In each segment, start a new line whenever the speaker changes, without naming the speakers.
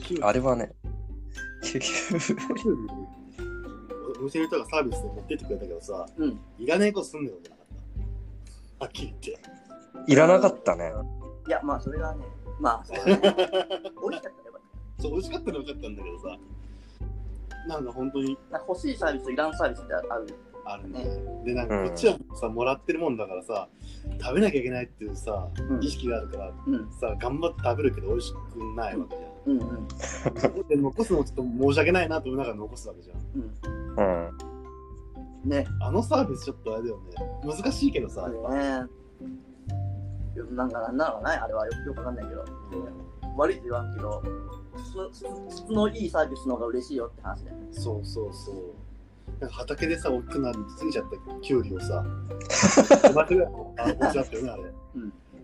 9
あれはね、救急部。
お店の人がサービスで持ってってくれたけどさ、
うん
いらないことすんのよ、じゃなかった。はっきり言って。
いらなかったね。
いや、まあ、それがね、まあ、そう だね。美味しかったね、やっぱり
そう、美味しかったのは良かったんだけどさ、なんか本当に
なんか欲しいサービスといらんサービスってある。
あるね。で、なんか
うん
こっちはさ、もらってるもんだからさ、食べなきゃいけないっていうさ、
うん
意識があるから、
うん。
さ、頑張って食べるけど美味しくないわけじゃん。
うんうん。
で残すのもちょっと申し訳ないなと思いながら残すわけじゃん。
うん。
うん。ね。
あのサービスちょっとあれだよね。難しいけどさ、
あ
あ
れ
れは。
ね。よなんか、なんなのかないあれはよくよくわかんないけど。悪いと言わんけど、質質のいいサービスの方が嬉しいよって話だよね。
そうそうそう。なんか畑でさ、大きくなりすぎちゃったキュウリをさ、間違えあ、落ちちゃったよね、あれ。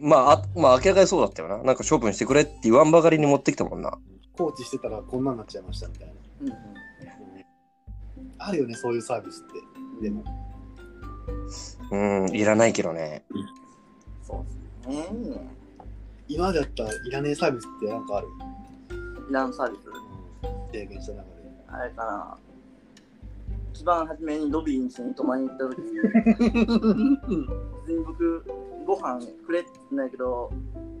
まあ、あまあ、明らかにそうだったよな。なんか処分してくれって言わんばかりに持ってきたもんな。
放置してたらこんなんなっちゃいましたみたいな。
うんうん。
あるよね、そういうサービスって。でも、
うん、いらないけどね。
そうですね。
今までだったらいらねえサービスってなんかある。
いらんサービス。
提言した中で。
あれかな。一番初めにロビーに一緒に泊まりに行った時に、普通に僕、ご飯くれって言うんだけど、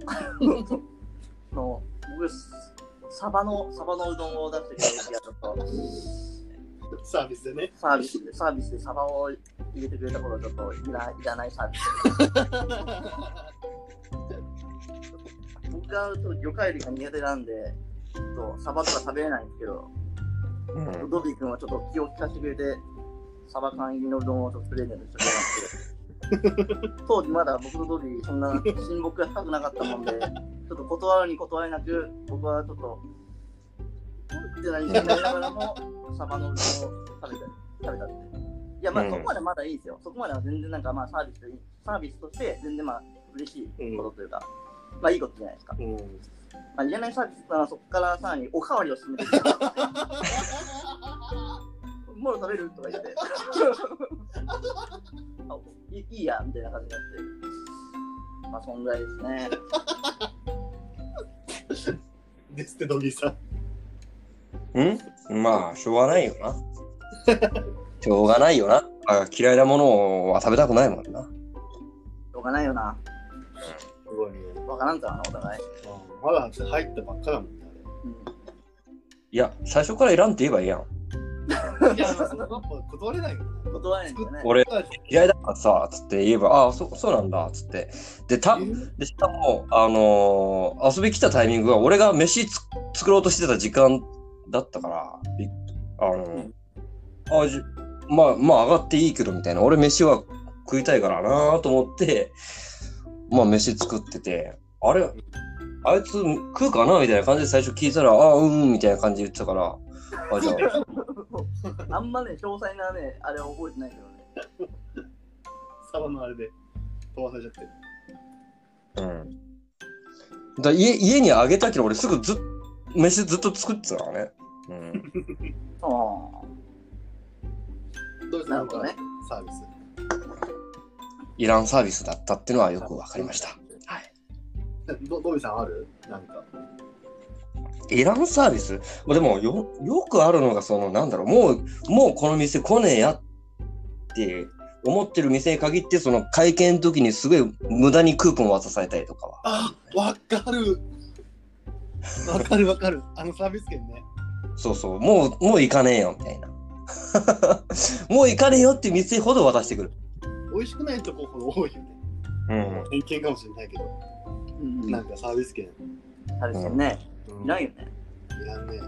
あの僕、サバの、サバのうどんを出してくれるやつと、
サービスでね。
サービスで、サービスでサバを入れてくれた頃、ちょっといらいらないサービス。僕がちょっと魚介類が苦手なんで、ちょっとサバとか食べれないんですけど、
うん。
ドビー君はちょっと気を利かせてくれて、サバ缶入りのうどんをちょっとプレゼントしてもら って、当時まだ僕のドビー、そんな親睦が深くなかったもんで、ちょっと断るに断れなく、僕はちょっと、うんって何になりながらも、サバのうどんを食べた食べたって。いや、まあ
うん
そこまでまだいいですよ。そこまでは全然なんかまあサービスといいサービスとして、全然まあ嬉しいことというか、まあいいことじゃないですか。
うん。
まあ、いらないサービスならそこからさらにおかわりを進めてもう食べるとか言って あいいいいやみたいな感じになってまあそんぐらいですね
ですって、ドギーさん。
うんまあ、しょうがないよな。しょうがないよな。あ嫌いなものは食べたくないもんな。
しょうがないよな
すごいね。
わからんからなお互い、
まだ入ったばっかだもんね。
うん、
いや、最初からいらんって言えばいいやん。
あれいや、そん なこと断れないよ。
断れないんだよね
俺、嫌いだからさ、つって言えば、ああ、そそうなんだ、つって。で、た、でしかも、あのー遊び来たタイミングが、俺が飯つ作ろうとしてた時間だったから、びあのーあじまあ、まあ、上がっていいけどみたいな、俺飯は食いたいからなと思って、まあ、飯作ってて、あれ、あいつ食うかなみたいな感じで最初聞いたら、ああ、うん、みたいな感じで言ってたから、あじゃあ、
あんまね詳細なねあれは覚えてないけどね
サバのあれで飛ばされちゃってる。
うん。だ家家にあげたけど、俺すぐずっ飯ずっと作ってたからね。うん。
ああ
どうです
なるほどね。
サービス。
イランサービスだったっていうのはよくわかりました。はい。
ど、どうびさんあるなんか。
イランサービスまあでもよ、よくあるのが、その、なんだろう、もう、もうこの店来ねえやって思ってる店に限って、その会計の時にすごい無駄にクーポン渡されたりとかは。
あ、わかる。わかるわかる。あのサービス券ね。
そうそう、もう、もう行かねえよ、みたいな。 もう行かねえよって店ほど渡してくる。
美味しくないとこほど多いよね。
うん。
偏見かもしれないけど。
うん
なんかサービス券。
サービスね、いらんよね
いらんね。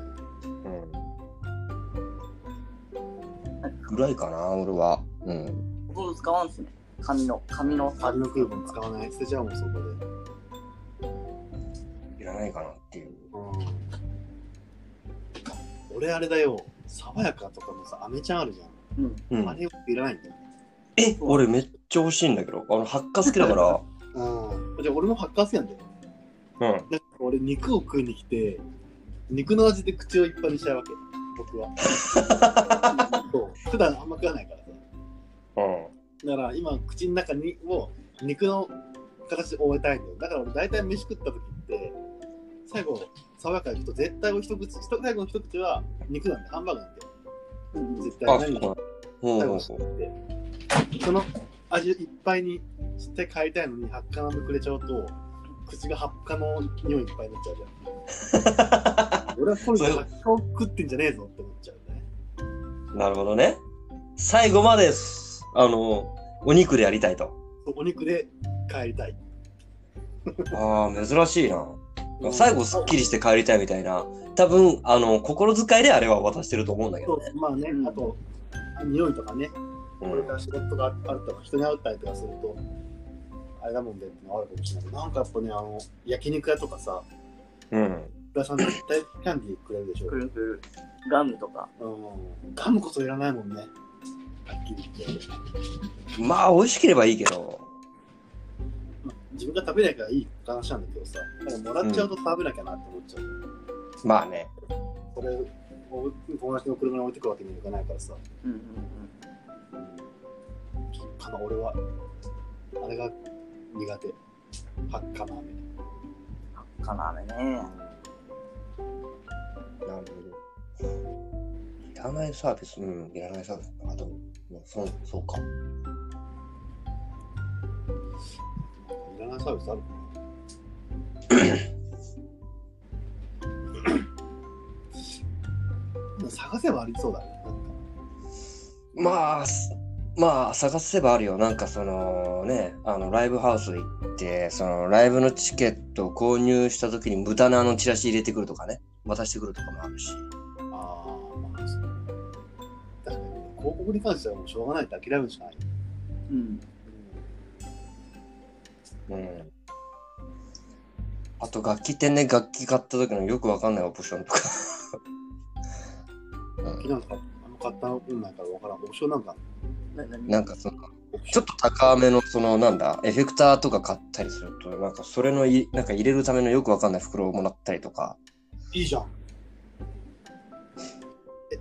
うん。ぐらいかな、俺は。うん。
ほとんど使わんっすね紙の紙のサ
紙
ービ
の
ス
クーポン使わない。捨てちゃうもん、そこで。
いらないかなっていう。
俺あれだよ。爽やかとかのさ、アメちゃんあるじゃん。
うん
う
あ
ん、
れいらないんだよ。
え、俺めっちゃ欲しいんだけど。あの、発火好きだから。
うん。じゃあ俺もハッカー好きなんだよ。
うん。
なんか俺肉を食いに来て肉の味で口をいっぱいにしちゃうわけ僕はそう普段あんま食わないからさ
うん。
だから今口の中にを肉の形で覆えたいんだよだから俺大体飯食った時って最後、爽やかに行くと、絶対お一口、一最後の一口は肉なんで、ハンバーグなんで、
うん
絶対
あ、
何
そう
も
なん
最
だ。
後
う
にして
ん
て、その味いっぱいにして帰りたいのに、発火なんてくれちゃうと、口が発火の匂いいっぱいになっちゃうじゃ ん。俺はこれ、発火を食ってんじゃねえぞって思っちゃうね。
うんなるほどね。最後まで、あの、お肉でやりたいと。
そうお肉で帰りたい。
ああ、珍しいな。最後、すっきりして帰りたいみたいな。多分、あの、心遣いであれは渡してると思うんだけ
そ
ど
う
ね。
まあね、
うん
あと、匂いとかね、
う
これ
ん
か、ら仕事がああるとか、人に会ったりとかすると、あれだもんでってのはあるかもしれないけど、なんかやっぱね、あの焼肉屋とかさ、
うん。
福田さん絶対キャンディーくれるでしょ。
くるくるガムとか。
うん、ガムこそいらないもんね。はっきり言って。
まあ、美味しければいいけど。
まあ自分が食べないからいい話なんだけどさ、なんかもらっちゃうと食べなきゃなって思っちゃう。
まあね。
それを友達の車に置いてくわけにはいかないからさ、
うんうん
かな、俺は、あれが苦手。はっかな、み
うん。かなあめね。
なるほど。いらないサービス、うん、いらないサービス。あ、でも、もうそう、そうか。
いらないサービスあるかなでも探せばありそうだね。なんか
まあ、すまあ、探せばあるよ。なんかそのね、あの、ライブハウス行って、その、ライブのチケットを購入した時に無駄なあのチラシ入れてくるとかね、渡してくるとかもあるし。
あーまあ、そう確かに、広告に関してはもうしょうがないって諦めるしかない。
うん。
うん。あと、楽器店ね、楽器買った時のよくわかんないオプションとか。
昨日なんか、あの買ったの分ないからわからん。オプションなんか、
なな
なんかその、
オプシ
ち
ョ
ょっと高めの、その、なんだ、エフェクターとか買ったりすると、なんか、それのい、なんか入れるためのよくわかんない袋をもらったりとか、
ンいいじゃん。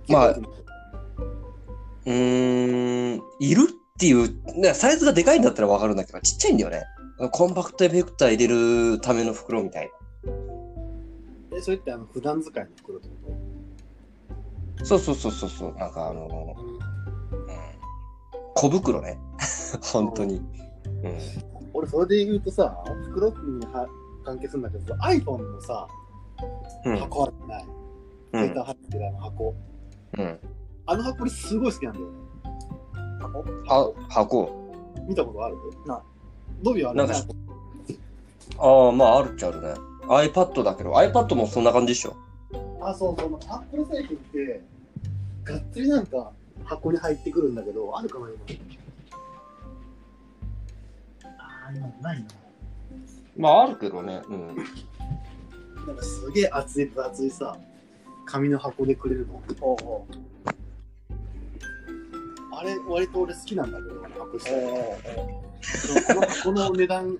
え
まあ
結構
うーん、いるっていう、ね、サイズがでかいんだったらわかるんだけど、ちっちゃいんだよね。コンパクトエフェクター入れるための袋みたい
え、それってあの普段使いの袋ってこ
な。そうそうそうそうそう、なんかあの
と、
うん、小袋ね。 本当に。うん。
俺、それで言うとさ、袋には関係するんだけどさ、iPhone のさ、
うん。
箱あるじゃない。
う
デー
ん
タ入ってるあの箱。
うん。
あの箱俺すごい好きなんだよね。
箱
は、箱。
見たことある。
ない
ドビーある
なんかああ、まあ、あるっちゃあるね。iPad だけど、iPad もそんな感じでしょ。
あ、そうそう、アップル製品って、がっつりなんか箱に入ってくるんだけど、あるかな、今。ああ、今ないな。
まあ、あるけどね。うん。
なんかすげえ厚い分厚いさ、紙の箱でくれるの。
おうおう
あれ、割と俺好きなんだけど、あの箱
おう
製でもこの箱の値段、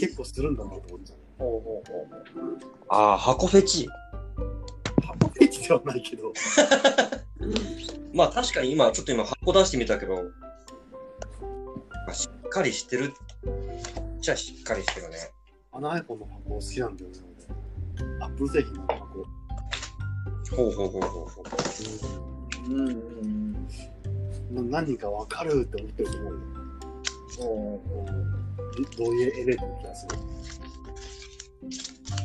結構するんだなと思っちゃう。
おうおうおうおう
ああ、箱フェチ。
箱ペチではないけど、
まあ確かに今、ちょっと今箱出してみたけど、しっかりしてるっちゃしっかりしてるね。
あの iPhone の箱好きなんだよね、俺アップル製品の箱。
ほうほうほうほうほう。
うんうん
な何か分かるって思ってると思うよ。
おう
どどういうエレベーターの気がする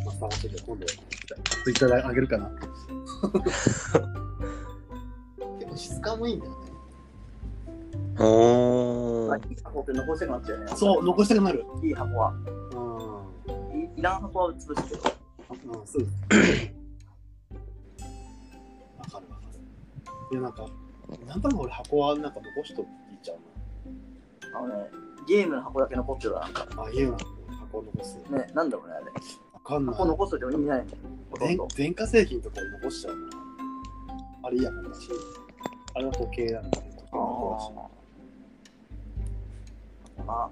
まあ、探してて今度、ツイッターであげる かな。結構質感もいいんだよね。
おう
ほ
あいい箱って残したくなっちゃうね
そう、残したくなる。
ういい箱は
うん。うん、
いいらん箱は潰してよ
そう。 わかるわかる。いや、なんか、なんとなく俺箱はなんか残しといちゃう
あのねゲームの箱だけ残ってるわなんか
な。あ、いいよな、箱残す。
ねなんだろうねあれ
わかんない
箱。残しといても意味ないもんほとん
電
ど
電化製品とかに残しちゃうな。あれいいやもんだし、あれは時計なんだけど、時計
あ
も
ー
そう
あ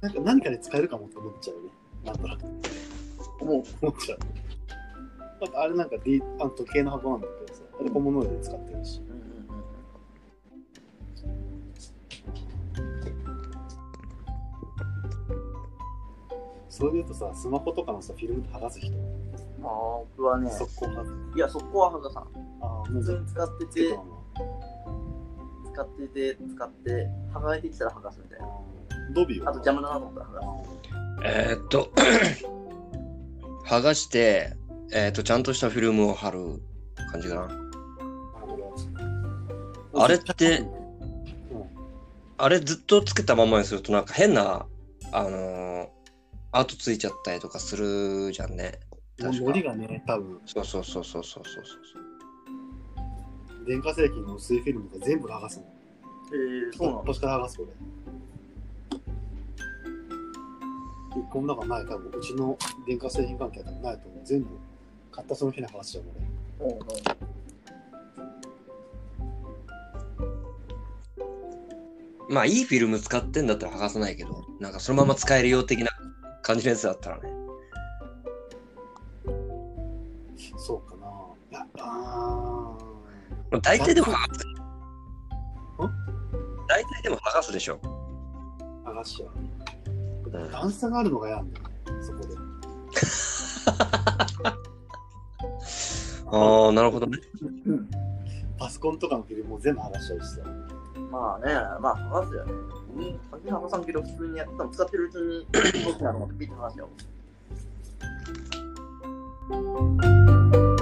だしなんか何かで使えるかもって思っちゃうね。なんとなく
思う
思っちゃう。だってあれなんか、D、あの時計の箱なんだけどさ、あれ小物で使ってるし。
うんうんうん
それで言うとさ、スマホとかのさ、フィルム剥がす人、
まあ、僕はね、
速攻剥がす。
いや、速攻ははがさん。
ああ、も
普
う
通
全
に使って
然違う
て、使ってて、使って、剥がれてきたら剥がすみたいな。
な。ドビー
あと邪魔だなと思ったら剥がす。
えーっと、 剥がして、えーっと、ちゃんとしたフィルムを貼る感じかな。あれってあれずっとつけたままにするとなんか変な、あのー、アートついちゃったりとかするじゃんね。
もう
確
ノ
か
リがね、多分
そうそうそうそうそうそうそう。
電化製品の薄いフィルムとか全部剥がすの。
えー、そうなの
端から剥がす、これ。一個もなんかない、多分うちの電化製品関係は多分ないと思う。全部買ったその日に剥がしちゃうので。
おうおう
まあいいフィルム使ってんだったら剥がさないけど、なんかそのまま使えるよう的な感じのやつだったらね。
そうかな。いや、あ
まあ大体でも剥がす。大体でも剥がすでしょ。
ー、剥がしちゃう。
うん
段差があるのが嫌なんだよね、そこで。
ああ、なるほどね。
パソコンとかのフィルムも全部剥がしちゃうしさ。
まあね、まあ剥がすよね。うん、竹中さんけど普通にやってたの使ってるうちに、大きなのがピッて剥がしちゃう。